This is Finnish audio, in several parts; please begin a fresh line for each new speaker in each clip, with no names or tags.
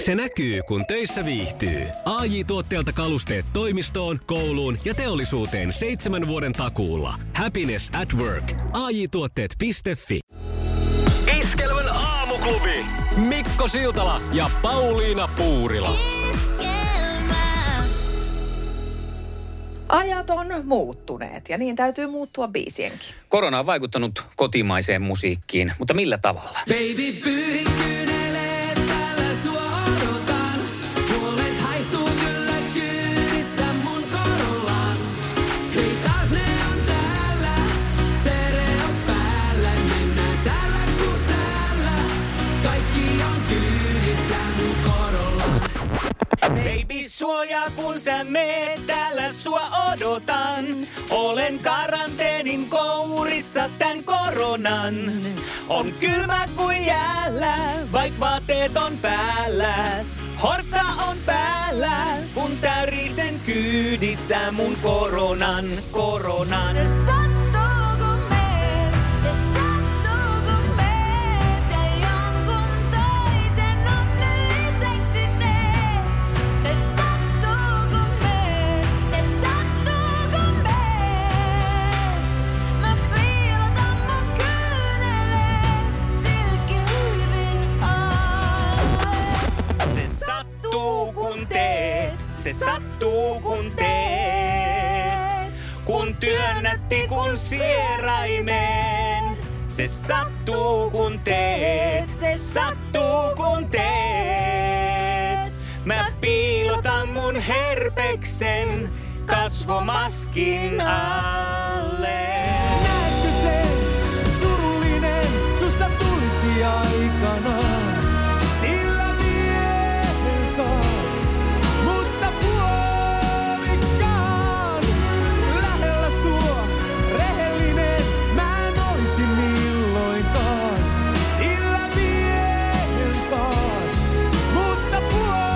Se näkyy, kun töissä viihtyy. ai tuotteelta kalusteet toimistoon, kouluun ja teollisuuteen seitsemän vuoden takuulla. Happiness at work. ai tuotteetfi Iskelmän aamuklubi. Mikko Siltala ja Pauliina Puurila.
Ajat on muuttuneet ja niin täytyy muuttua biisienkin.
Korona on vaikuttanut kotimaiseen musiikkiin, mutta millä tavalla?
Baby, pyyhi kyyneleet, täällä sua odotan. Huolet haihtuu kyllä kyydissä mun korollaan. Hei, taas ne on täällä, stereot päällä. Mennään säällä kuin säällä, kaikki on kyydissä mun korollaan. Baby, suojaa kun sä meet, täällä sua odotan. Olen karanteenin kourissa tän koronan. On kylmä kuin jäällä, vaik vaatteet on päällä. Horta on päällä, kun täyrisen kyydissä mun koronan, koronan.
Se sattuu, kun meet, se sattuu, kun meet, ja jonkun toisen onnelliseksi teet. Se sattuu, kun meet, se sattuu, kun meet. Mä piilotan mun kyyneleet silkkihuivin alle.
Se sattuu kun teet, se sattuu kun teet. Kun työnnät tikun sieraimeen, se sattuu kun teet, se sattuu kun teet. Mä piilotan mun herpeksen kasvomaskin alle. Näetkö sen, surullinen, susta tulisi aikanaan. Sillä miehen saa, mutta puolikkaan. Lähellä sua, rehellinen, mä en olisi milloinkaan. Sillä miehen saa, mutta puolikkaan.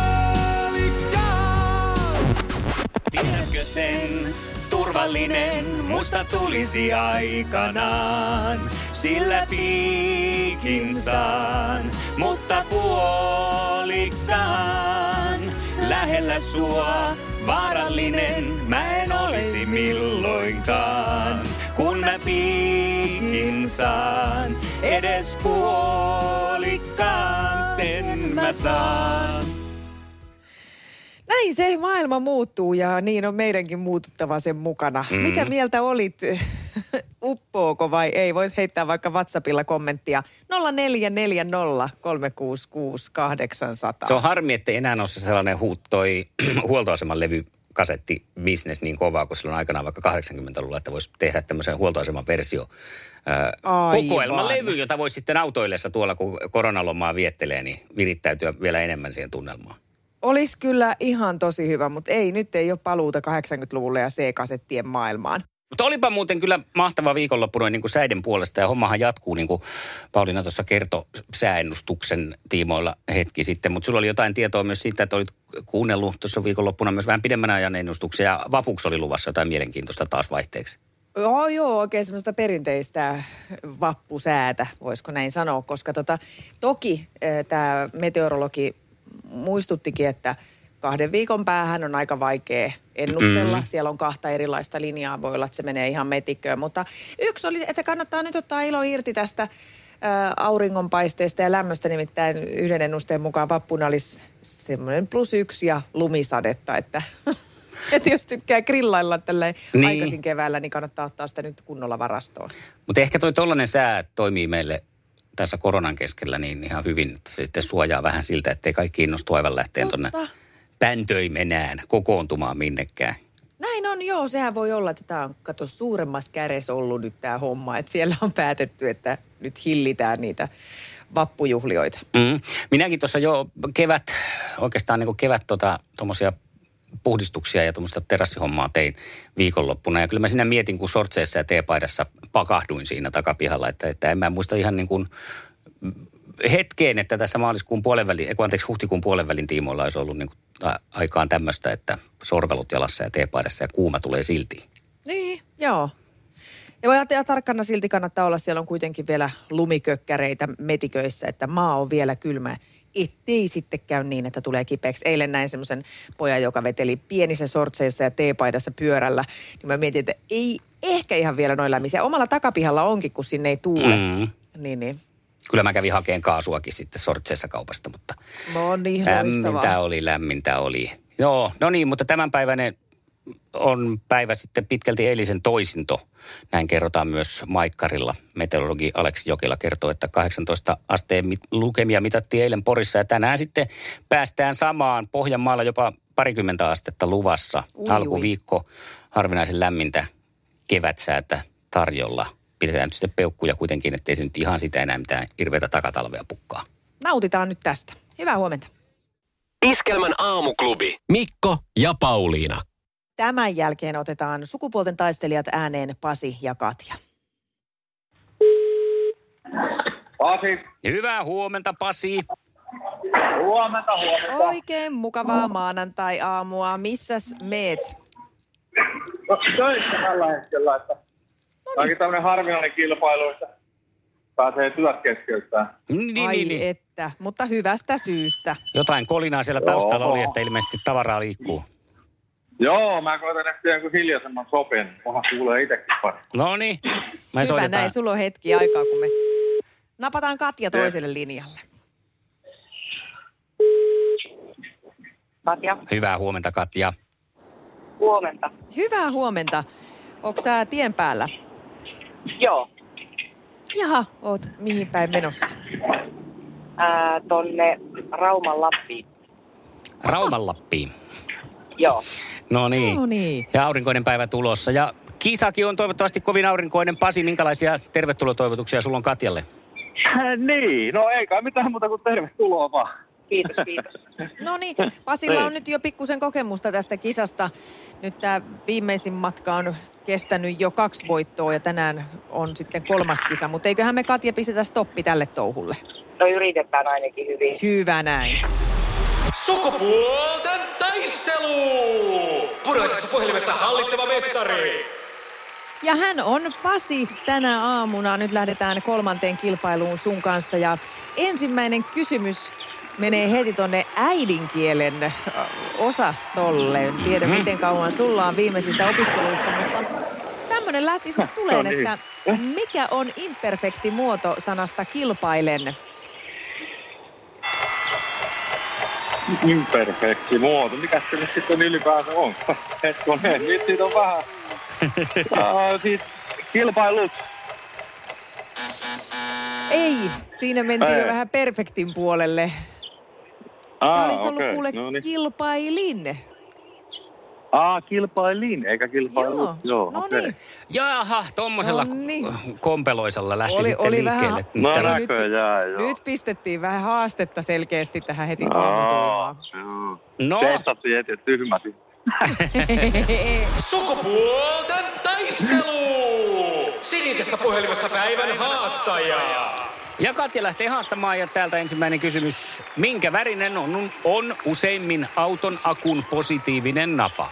Tiedätkö sen? Turvallinen musta tulisi aikanaan, sillä piikin saan, mutta puolikkaan. Lähellä sua vaarallinen mä en olisi milloinkaan, kun mä piikin saan, edes puolikkaan sen mä saan.
Näin se maailma muuttuu ja niin on meidänkin muututtava sen mukana.
Mm-hmm.
Mm. Mitä mieltä olit? Uppooko vai ei? Voit heittää vaikka WhatsAppilla kommenttia 0440 366 800.
Se on harmi, että ei enää ole se sellainen huut toi huoltoaseman levy kasetti business niin kovaa kuin silloin aikanaan vaikka 80-luvulla, että voisi tehdä tämmöisen huoltoaseman versio. ää,
Aivan.
Kokoelmalevy, jota voisi sitten autoillessa tuolla, kun koronalomaa viettelee, niin virittäytyä vielä enemmän siihen tunnelmaan.
Olisi kyllä ihan tosi hyvä, mutta ei, nyt ei ole paluuta 80-luvulle ja C-kasettien maailmaan.
Mutta olipa muuten kyllä mahtava viikonloppu noin niin kuin säiden puolesta ja hommahan jatkuu niin kuin Pauliina tuossa kertoi sääennustuksen tiimoilla hetki sitten. Mutta sulla oli jotain tietoa myös siitä, että olit kuunnellut tuossa viikonloppuna myös vähän pidemmän ajan ennustuksia ja vapuksi oli luvassa jotain mielenkiintoista taas vaihteeksi.
Joo, joo, oikein semmoista perinteistä vappusäätä, voisiko näin sanoa, koska tota, toki tämä meteorologi muistuttikin, että kahden viikon päähän on aika vaikea ennustella. Mm. Siellä on kahta erilaista linjaa, voi olla, että se menee ihan metikköön, mutta yksi oli, että kannattaa nyt ottaa ilo irti tästä ö, auringonpaisteesta ja lämmöstä, nimittäin yhden ennusteen mukaan vappuna olisi semmoinen plus yksi ja lumisadetta, että... Että jos tykkää grillailla tälleen
Niin.
niin. aikaisin keväällä, niin kannattaa ottaa sitä nyt kunnolla varastoon.
Mutta ehkä toi tollainen sää toimii meille tässä koronan keskellä niin ihan hyvin, että se sitten suojaa vähän siltä, ettei kaikki innostu aivan lähteen tuonne
Totta.
päntöimenään kokoontumaan minnekään.
Näin on, joo. Sehän voi olla, että tämä on, kato, suuremmassa kädessä ollut nyt tämä homma. Että siellä on päätetty, että nyt hillitään niitä vappujuhlioita.
Mm. Minäkin tuossa jo kevät, oikeastaan niin kevät tota, tuommoisia puhdistuksia ja tuommoista terassihommaa tein viikonloppuna. Ja kyllä mä siinä mietin, kun sortseissa ja teepaidassa pakahduin siinä takapihalla, että, että en mä muista ihan niin kuin hetkeen, että tässä maaliskuun puolen välin, eiku, anteeksi, huhtikuun puolen välin tiimoilla olisi ollut niin kuin a- aikaan tämmöistä, että sorvelut jalassa ja teepaidassa ja kuuma tulee silti.
Niin, joo. Ja voi ajatella, tarkkana silti kannattaa olla. Siellä on kuitenkin vielä lumikökkäreitä metiköissä, että maa on vielä kylmä. ettei sitten käy niin, että tulee kipeäksi. Eilen näin semmoisen pojan, joka veteli pienissä sortseissa ja teepaidassa pyörällä. Niin mä mietin, että ei ehkä ihan vielä noin lämmin. Se Omalla takapihalla onkin, kun sinne ei tuule. Mm. Niin, niin.
Kyllä mä kävin hakeen kaasuakin sitten sortseessa kaupasta, mutta
No niin,
lämmintä
loistavaa.
oli, lämmintä oli. Joo, no niin, mutta tämänpäiväinen on päivä sitten pitkälti eilisen toisinto. Näin kerrotaan myös Maikkarilla. Meteorologi Aleksi Jokila kertoo, että 18 asteen mit- lukemia mitattiin eilen Porissa ja tänään sitten päästään samaan. Pohjanmaalla jopa parikymmentä astetta luvassa.
Ui,
Ui,
ui.
Alkuviikko harvinaisen lämmintä kevätsäätä tarjolla. Pidetään nyt sitten peukkuja kuitenkin, ettei se nyt ihan sitä enää mitään hirveätä takatalvea pukkaa.
Nautitaan nyt tästä. Hyvää huomenta.
Iskelmän aamuklubi. Mikko ja Pauliina.
Tämän jälkeen otetaan sukupuolten taistelijat ääneen Pasi ja Katja.
Pasi,
Hyvää huomenta Pasi.
huomenta, huomenta.
Oikein mukavaa maanantai-aamua. Missäs meet?
No, töissä tällä hetkellä, että
No niin.
ainakin tämmöinen harvinainen kilpailu, että pääsee työt keskeyttämään.
Niin, niin,
Ai
niin, niin.
että, mutta hyvästä syystä.
Jotain kolinaa siellä taustalla
Joo.
oli, että ilmeisesti tavaraa liikkuu.
Joo, mä koitan ehkä jonkun hiljaisemman sopin. Mulla kuulee itsekin pari.
No niin, me
Hyvä
soitetaan.
näin, sulla on hetki aikaa, kun me napataan Katja toiselle linjalle.
Katja,
Hyvää huomenta Katja.
huomenta.
Hyvää huomenta. Onko sä tien päällä?
Joo,
Jaha, oot mihin päin menossa?
ää, tonne Rauman Lappiin.
Rauman Lappiin.
Joo,
No niin.
No niin.
Ja aurinkoinen päivä tulossa. Ja kisakin on toivottavasti kovin aurinkoinen. Pasi, minkälaisia tervetulotoivotuksia sulla on Katjalle?
niin, no ei kai mitään muuta kuin tervetuloa vaan.
kiitos, kiitos.
No niin, Pasilla on nyt jo pikkusen kokemusta tästä kisasta. Nyt tämä viimeisin matka on kestänyt jo kaksi voittoa ja tänään on sitten kolmas kisa. Mutta eiköhän me Katja pistetä stoppi tälle touhulle.
No yritetään ainakin hyvin.
Hyvä näin.
Sukupuolten taistelu! Punaisessa puhelimessa hallitseva mestari.
Ja hän on Pasi tänä aamuna. Nyt lähdetään kolmanteen kilpailuun sun kanssa. Ja ensimmäinen kysymys menee heti tonne äidinkielen ö, osastolle. En tiedä,
Mm-hmm.
miten kauan sulla on viimeisistä opiskeluista, mutta tämmöinen lähtisi nyt tuleen,
No niin.
että mikä on imperfekti muoto sanasta kilpailen?
Imperfekti muoto. Mikä se nyt sitten ylipäänsä on? Hetkonen, nyt siitä on vähän. Uh, siitä kilpailut.
Ei, siinä mentiin jo
Ei.
vähän perfektin puolelle. Tämä
Ah,
olisi ollut
okei,
kuule
no niin.
kilpailin.
Ah, kilpailin, eikä kilpailu.
Joo,
Joo, Joo
no
okei.
niin.
Jaha, tommosella
No niin.
k- kompeloisella lähti
Oli-
sitten
oli vähän-
liikkeelle.
No
Tämä-
nyt-
näköjään, joo.
Nyt pistettiin vähän haastetta selkeästi tähän heti aamutuimaan.
No.
No. Testattu jäti tyhmäsi.
Sukupuolten taistelu! Sinisessä puhelimessa päivän haastaja.
Ja Katja lähtee haastamaan ja täältä ensimmäinen kysymys. Minkä värinen on, on useimmin auton akun positiivinen napa?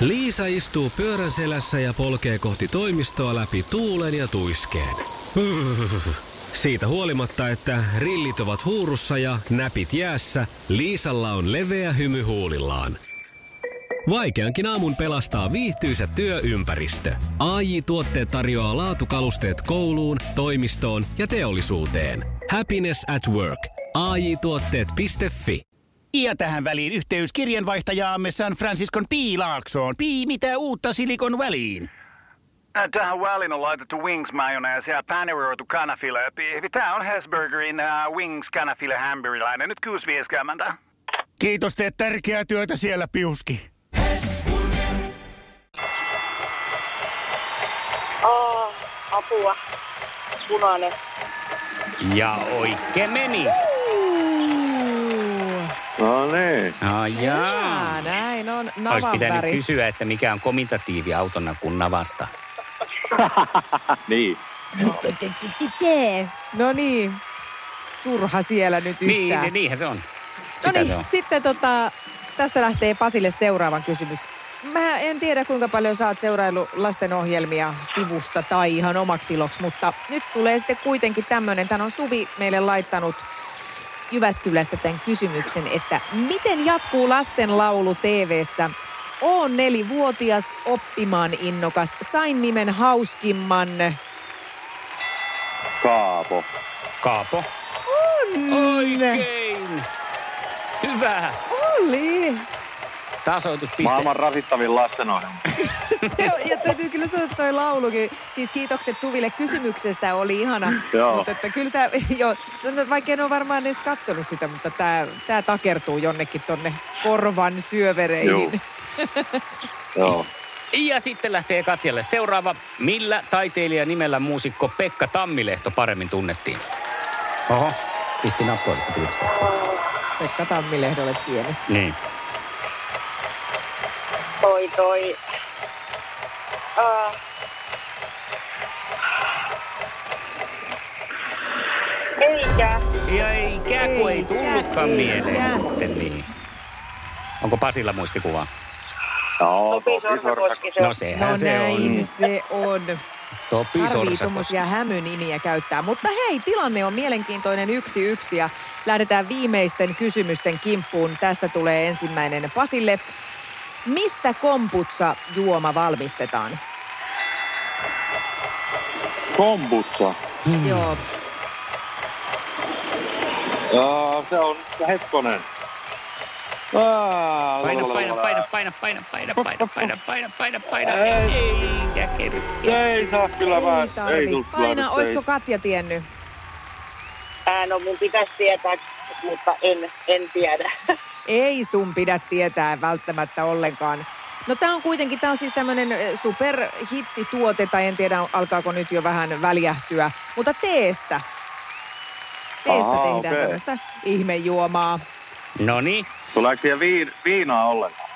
Liisa istuu pyörän selässä ja polkee kohti toimistoa läpi tuulen ja tuiskeen. Siitä huolimatta, että rillit ovat huurussa ja näpit jäässä, Liisalla on leveä hymy huulillaan. Vaikeankin aamun pelastaa viihtyisä työympäristö. AI Tuotteet tarjoaa laatukalusteet kouluun, toimistoon ja teollisuuteen. Happiness at work. AJ Tuotteet.fi
Ja tähän väliin yhteys kirjanvaihtajaamme San Franciscon P. Laaksoon. P. Mitä uutta Silikon väliin?
Ä, Äh, Tähän väliin on laitettu wings mayonnaise ja paneroitu kanafila. Tämä on Hesburgerin äh, wings kanafila hamburilainen. Nyt kuusi vieskäämäntä.
Kiitos, teet tärkeää työtä siellä, Piuski.
Aa, apua. Punainen.
Ja oikein meni.
Uu,
No niin.
Ai jaa.
jaa, näin on
Olisi
navan
pitänyt
väri.
kysyä, että mikä on komitatiivi autona kuin navasta.
Niin.
No niin, turha siellä nyt
Niin,
yhtään.
niinhän se on.
No
Sitä se on.
niin, sitten tota, tästä lähtee Pasille seuraavan kysymys. Mä en tiedä kuinka paljon sä oot seuraillut lastenohjelmia sivusta tai ihan omaksi iloksi, mutta nyt tulee sitten kuitenkin tämmöinen. Tän on Suvi meille laittanut Jyväskylästä tämän kysymyksen, että miten jatkuu lastenlaulu TV-ssä? Oon nelivuotias, oppimaan innokas, sain nimen hauskimman.
Kaapo.
Kaapo.
Onne!
Kein. Hyvä.
Oli!
Tasoituspiste.
Maailman rasittavin lastenohjelma.
Se on, ja täytyy kyllä sanoa, että toi laulukin. Siis kiitokset Suville kysymyksestä, oli ihana.
Mm, Joo.
Mutta että kyllä tämä, joo, sanotaan, että vaikka en ole varmaan edes kattonut sitä, mutta tämä, tämä takertuu jonnekin tonne korvan
Joo.
syövereihin.
Joo.
Ja sitten lähtee Katjalle seuraava. Millä taiteilijan nimellä muusikko Pekka Tammilehto paremmin tunnettiin? Oho, pisti nappoille. kun piilosta.
Pekka Tammilehdolle pienet.
Niin.
Toi toi. Uh, eikä.
Ja eikä, kun ei
Eikä,
tullutkaan
eikä.
mieleen sitten niin. Onko Pasilla muistikuvaa?
No,
Topi
toki sorsa.
Sorsakoski se on.
No sehän
No
se
näin
on.
se on.
Topi
Harvii
Sorsakoski.
tuommoisia hämynimiä käyttää. Mutta hei, tilanne on mielenkiintoinen yksi yksi ja lähdetään viimeisten kysymysten kimppuun. Tästä tulee ensimmäinen Pasille. Mistä komputsa juoma valmistetaan?
Kombutsa. Mm.
Hmm. Joo,
Joo, se on hetkonen. Aa,
Paina, paina, paina, paina, paina, paina, paina, paina, paina, paina, paina. Eikä kerry.
Ei saa kyllä
ei
vähän.
tarvi.
tullut kyllä
Paina,
nyt,
oisko
ei.
Katja tiennyt?
Ää, no mun pitäisi tietää, mutta en, en tiedä.
Ei sun pidä tietää välttämättä ollenkaan. No tää on kuitenkin, tää on siis tämmönen ö, superhittituote, tai en tiedä alkaako nyt jo vähän väljähtyä, mutta teestä. Teestä
Ahaa,
tehdään
okei.
tämmöistä ihmejuomaa.
No niin,
Tuleeko siellä viin, viinaa ollenkaan?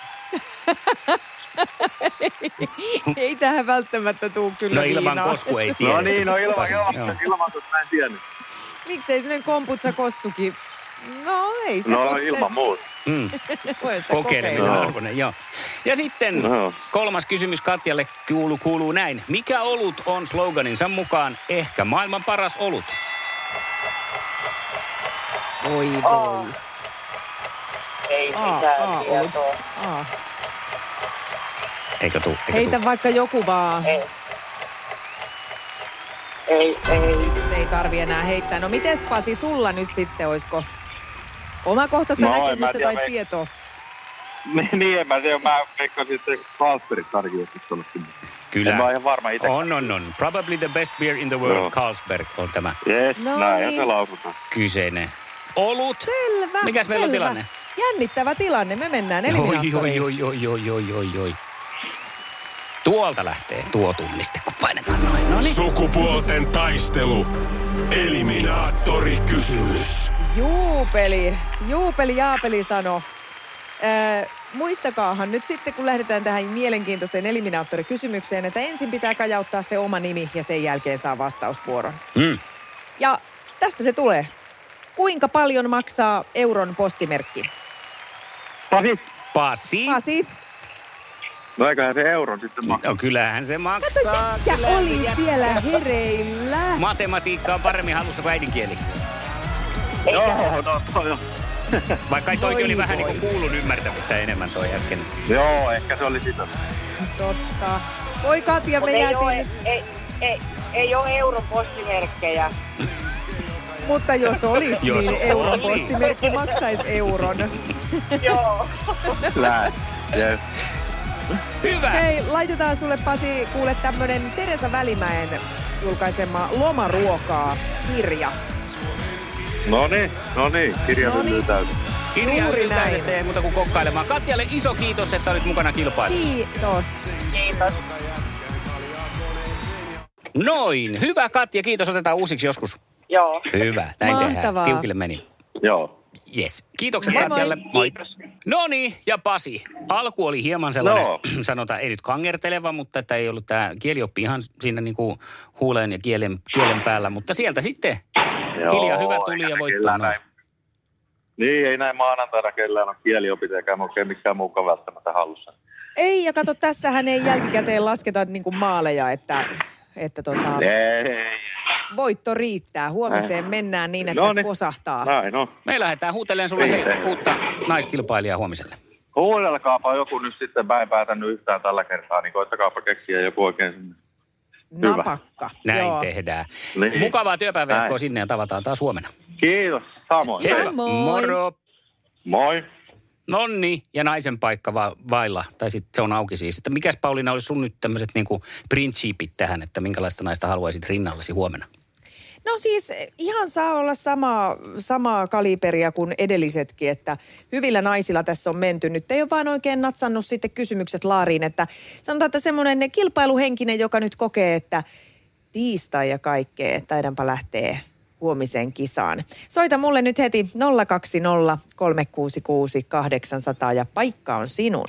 Ei tähän välttämättä tuu kyllä
no ilman
viinaa.
kosku ei tiedä.
No niin, no ilman,
Pasi-
ilman,
joo.
ilman, ilman, kun mä en tiennyt.
Miksei sinne komputsa kossukin? No ei sitä
No
voi-
ilman muuta.
Mm.
voi sitä
Kokeilemisen
kokeilla.
arvoinen, joo. Ja sitten
Joo.
kolmas kysymys Katjalle kuuluu, kuuluu näin. Mikä olut on sloganinsa mukaan ehkä maailman paras olut?
Voi voi.
Aa, Ei
Aa,
mitään
aa, olut.
tietoa.
Aa.
Eikö tuu? Eikö
Heitä
tuu?
vaikka joku vaan.
Ei. Ei, ei.
Nyt ei tarvi enää heittää. No mites Pasi, sulla nyt sitten oisko omakohtaista
No, en mä
näkemystä
tiedä,
tai
me-
tietoa?
Niin, niin, en mä tiedä, mä veikkaan sitten Kalsperit tarkin joskus tuonne sinne.
Kyllä.
En mä ole ihan varma itse.
On, on, on. Probably the best beer in the world,
Joo.
Carlsberg, on tämä
Jes,
No
näinhän
niin.
se lausutaan.
kyseinen olut.
Selvä,
Mikäs meillä on
selvä.
tilanne?
Jännittävä tilanne. Me mennään eliminaattoriin.
Oi, oi, oi, oi, oi, oi, oi, oi. Tuolta lähtee tuo tunniste, kun painetaan noin. No niin.
Sukupuolten taistelu. Eliminaattori kysymys.
Juupeli, juupeli Jaapeli sano. Öö, muistakaahan nyt sitten, kun lähdetään tähän mielenkiintoiseen eliminaattorikysymykseen, että ensin pitää kajauttaa se oma nimi ja sen jälkeen saa vastausvuoron.
Mm.
Ja tästä se tulee. Kuinka paljon maksaa euron postimerkki?
Niin. Pasi,
Pasi.
Pasi,
niin. no eiköhän se euron sitten maksaa.
No kyllähän se
kato
maksaa.
jätkä
Kyllähän se
oli
jä-
siellä hereillä.
Matematiikka on paremmin hallussa kuin äidinkieli.
Joo, no toi on.
Vaikka toi
Voi
oli vähän
voi.
niin kuin kuulun ymmärtämistä enemmän toi äsken.
Joo, ehkä se oli sitä.
Totta. Voi Katja,
Mutta
me
ei,
jäätiin
ole,
nyt.
ei, ei, ei ole euron postimerkkejä.
Mutta jos olisi,
Jos
niin
olisi.
euron postimerkki maksaisi euron.
Joo.
Lähes. Jes.
Hyvä!
Hei, laitetaan sulle Pasi kuule tämmönen Teresa Välimäen julkaisema lomaruokaa kirja.
No niin, no niin, kirja
No niin.
pysyy täysin.
Kirja
juuri
yltää,
näin.
ettei muuta kuin kokkailemaan. Katjalle iso kiitos, että olit mukana kilpailussa.
Kiitos.
Kiitos.
Noin. Hyvä Katja, kiitos. Otetaan uusiksi joskus.
Joo.
Hyvä, näin tehdään.
Mahtavaa.
Tiukille meni.
Joo.
Yes. Kiitokset
Moi moi.
Katjalle. Moi. No niin, ja Pasi. Alku oli hieman sellainen,
No.
sanotaan, ei nyt kangerteleva, mutta että ei ollut tämä kielioppi ihan siinä niinku huuleen ja kielen, kielen päällä. Mutta sieltä sitten
Joo,
hiljaa hyvä tuli
eikä
ja
se
voitto
kellään
nousi.
näin- Niin, ei näin maanantaina kellään ole kieliopit eikä oikein mikään muukaan välttämättä hallussa.
Ei, ja kato, tässähän ei jälkikäteen lasketa niin kuin maaleja, että, että tota,
Ei.
voitto riittää. Huomiseen mennään niin, että
No niin.
kosahtaa.
Näin on.
Me lähdetään huuteleen sulle hei, uutta naiskilpailijaa huomiselle.
Huudelkaapa joku nyt sitten, mä en päätänyt yhtään tällä kertaa, niin koittakaapa keksiä joku oikein sinne. Hyvä.
Napakka.
Näin
Joo.
tehdään.
Niin.
Mukavaa työpäivää
Näin.
jatkoa sinne ja tavataan taas huomenna.
Kiitos, samoin.
Selvä.
Teillä.
Moi.
Moro.
Moi.
Nonni ja naisen paikka va- vailla, tai sitten se on auki siis. Että mikäs Pauliina olisi sun nyt tämmöiset niinku prinsiipit tähän, että minkälaista naista haluaisit rinnallasi huomenna?
No siis ihan saa olla samaa, samaa kaliberia kuin edellisetkin, että hyvillä naisilla tässä on menty. Nyt ei ole vaan oikein natsannut sitten kysymykset laariin, että sanotaan, että semmoinen kilpailuhenkinen, joka nyt kokee, että tiistai ja kaikkea, taidanpa lähteä huomiseen kisaan. Soita mulle nyt heti 020 366 800 ja paikka on sinun.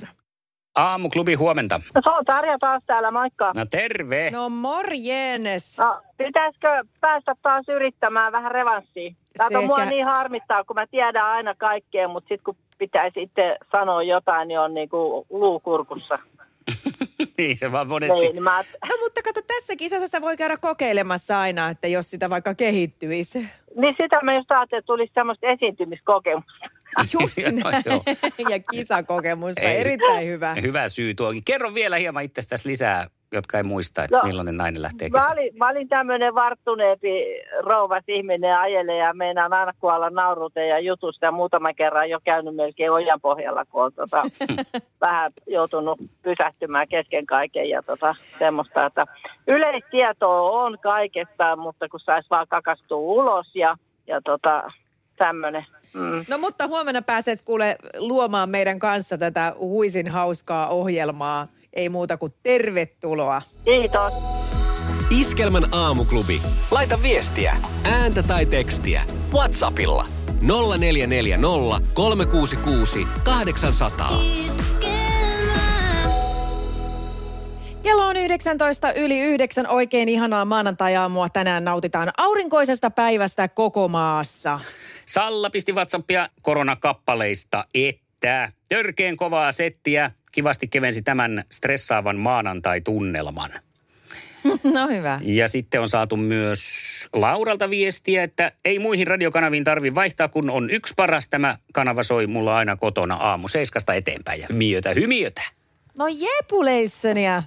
Aamuklubi huomenta.
No se on Tarja taas täällä, moikka.
No terve.
No morjenes.
No, pitäisikö päästä taas yrittämään vähän revanssiin? Kato,
Sekä-
mua niin harmittaa, kun mä tiedän aina kaikkea, mutta sitten kun pitäisi itse sanoa jotain, niin on niinku luukurkussa.
niin se vaan monesti.
Niin, niin mä,
No mutta kato, tässä kisassa sitä voi käydä kokeilemassa aina, että jos sitä vaikka kehittyisi.
niin sitä mä just ajattelin, että tulisi semmoista esiintymiskokemusta.
Just näin.
Joo,
ja kisakokemusta.
Ei.
Erittäin hyvä.
Hyvä syy tuokin. Kerro vielä hieman itsestäsi lisää, jotka ei muista, että
No.
millainen nainen lähtee
Mä
kesään.
olin, mä olin tämmöinen varttuneempi rouvas ihminen ajelee ja meinaan aina kuolla nauruuteen ja jutusta. Ja muutama kerran jo käynyt melkein ojan pohjalla, kun on tota, vähän joutunut pysähtymään kesken kaiken ja tota, semmoista. Että yleistietoa on kaikesta, mutta kun saisi vaan kakastua ulos ja, ja tota, tämmöinen. Mm.
No mutta huomenna pääset kuule luomaan meidän kanssa tätä huisin hauskaa ohjelmaa. Ei muuta kuin tervetuloa.
Kiitos.
Iskelmän aamuklubi. Laita viestiä, ääntä tai tekstiä WhatsAppilla 0440 366 800.
Iskelmää.
Kello on 19 yli 9. Oikein ihanaa maanantai-aamua. Tänään nautitaan aurinkoisesta päivästä koko maassa.
Salla pisti WhatsAppia koronakappaleista, että törkeen kovaa settiä kivasti kevensi tämän stressaavan maanantai-tunnelman.
No hyvä.
Ja sitten on saatu myös Lauralta viestiä, että ei muihin radiokanaviin tarvi vaihtaa, kun on yksi paras. Tämä kanava soi mulla aina kotona aamu seiskasta eteenpäin ja hymiötä, hymiötä.
No jepuleissöniä.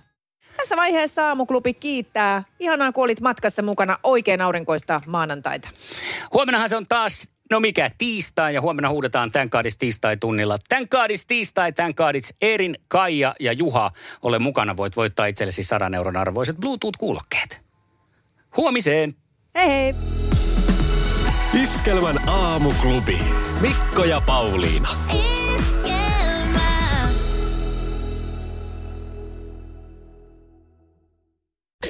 Tässä vaiheessa aamuklubi kiittää. Ihanaa, kun olit matkassa mukana oikein aurinkoista maanantaita.
Huomennahan se on taas, no mikä, tiistai ja huomenna huudetaan Tän kaadis tiistai tunnilla. Tän kaadis tiistai, tän kaadis Erin, Kaija ja Juha. Ole mukana, voit voittaa itsellesi sadan euron arvoiset Bluetooth-kuulokkeet. Huomiseen!
Hei hei!
Iskelmän aamuklubi. Mikko ja Pauliina.
Iskelmää.